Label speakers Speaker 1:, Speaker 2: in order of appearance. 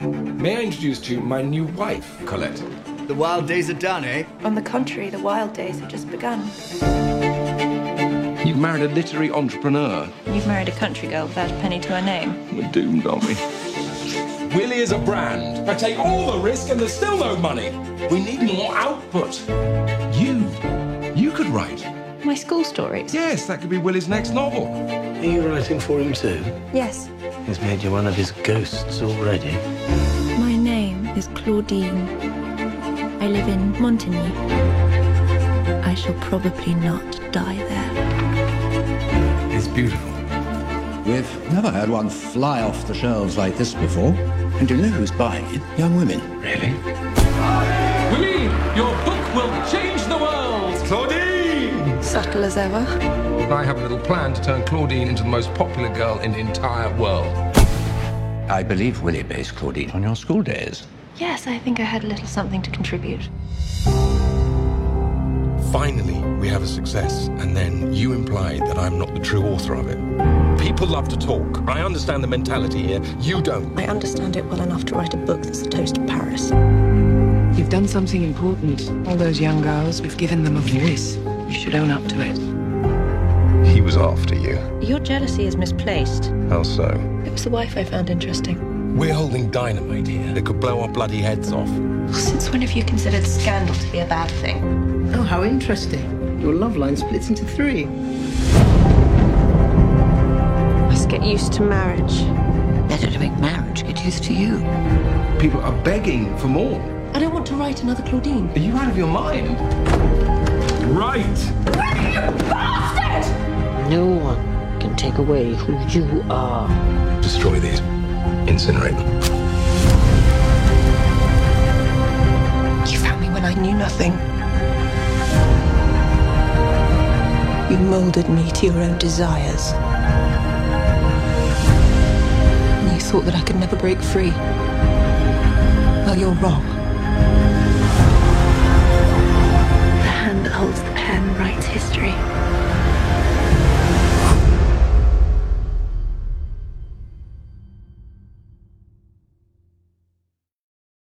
Speaker 1: May I introduce to you my new wife, Colette?
Speaker 2: The wild days are done, eh?
Speaker 3: On the contrary, the wild days have just begun.
Speaker 1: You've married a literary entrepreneur.
Speaker 3: You've married a country girl without a penny to her name.
Speaker 1: We're doomed, aren't we? Willie is a brand. I take all the risk and there's still no money. We need more output. You. You could write.
Speaker 3: My school stories?
Speaker 1: Yes, that could be Willie's next novel.
Speaker 4: Are you writing for him too?
Speaker 3: Yes.
Speaker 4: He's made you one of his ghosts already.
Speaker 5: My name is Claudine. I live in Montigny. I shall probably not die there.
Speaker 1: It's beautiful.
Speaker 6: We've never had one fly off the shelves like this before. And do you know who's buying it? Young women.
Speaker 1: Really? Willie, your book will change the world! Claudine!
Speaker 3: Subtle as ever.
Speaker 1: I have a little plan to turn Claudine into the most popular girl in the entire world.
Speaker 6: I believe Willie based Claudine on your school days.
Speaker 3: Yes, I think I had a little something to contribute.
Speaker 7: Finally, we have a success, and then you imply that I'm not the true author of it. People love to talk. I understand the mentality here. You don't.
Speaker 8: I understand it well enough to write a book that's a toast to Paris.
Speaker 9: You've done something important. All those young girls, we've given them a voice. You should own up to it.
Speaker 7: He was after you.
Speaker 3: Your jealousy is misplaced.
Speaker 7: How so?
Speaker 8: It was the wife I found interesting.
Speaker 7: We're holding dynamite here that could blow our bloody heads off.
Speaker 3: Since when have you considered scandal to be a bad thing?
Speaker 10: Oh, how interesting. Your love line splits into three.
Speaker 11: Just get used to marriage. Better to make marriage get used to you.
Speaker 1: People are begging for more.
Speaker 8: I don't want to write another Claudine.
Speaker 1: Are you out of your mind? Right!
Speaker 11: No one can take away who you are.
Speaker 7: Destroy these. Incinerate them.
Speaker 8: You found me when I knew nothing. You molded me to your own desires. And You thought that I could never break free. Well, you're wrong.
Speaker 5: The hand that holds the pen writes history.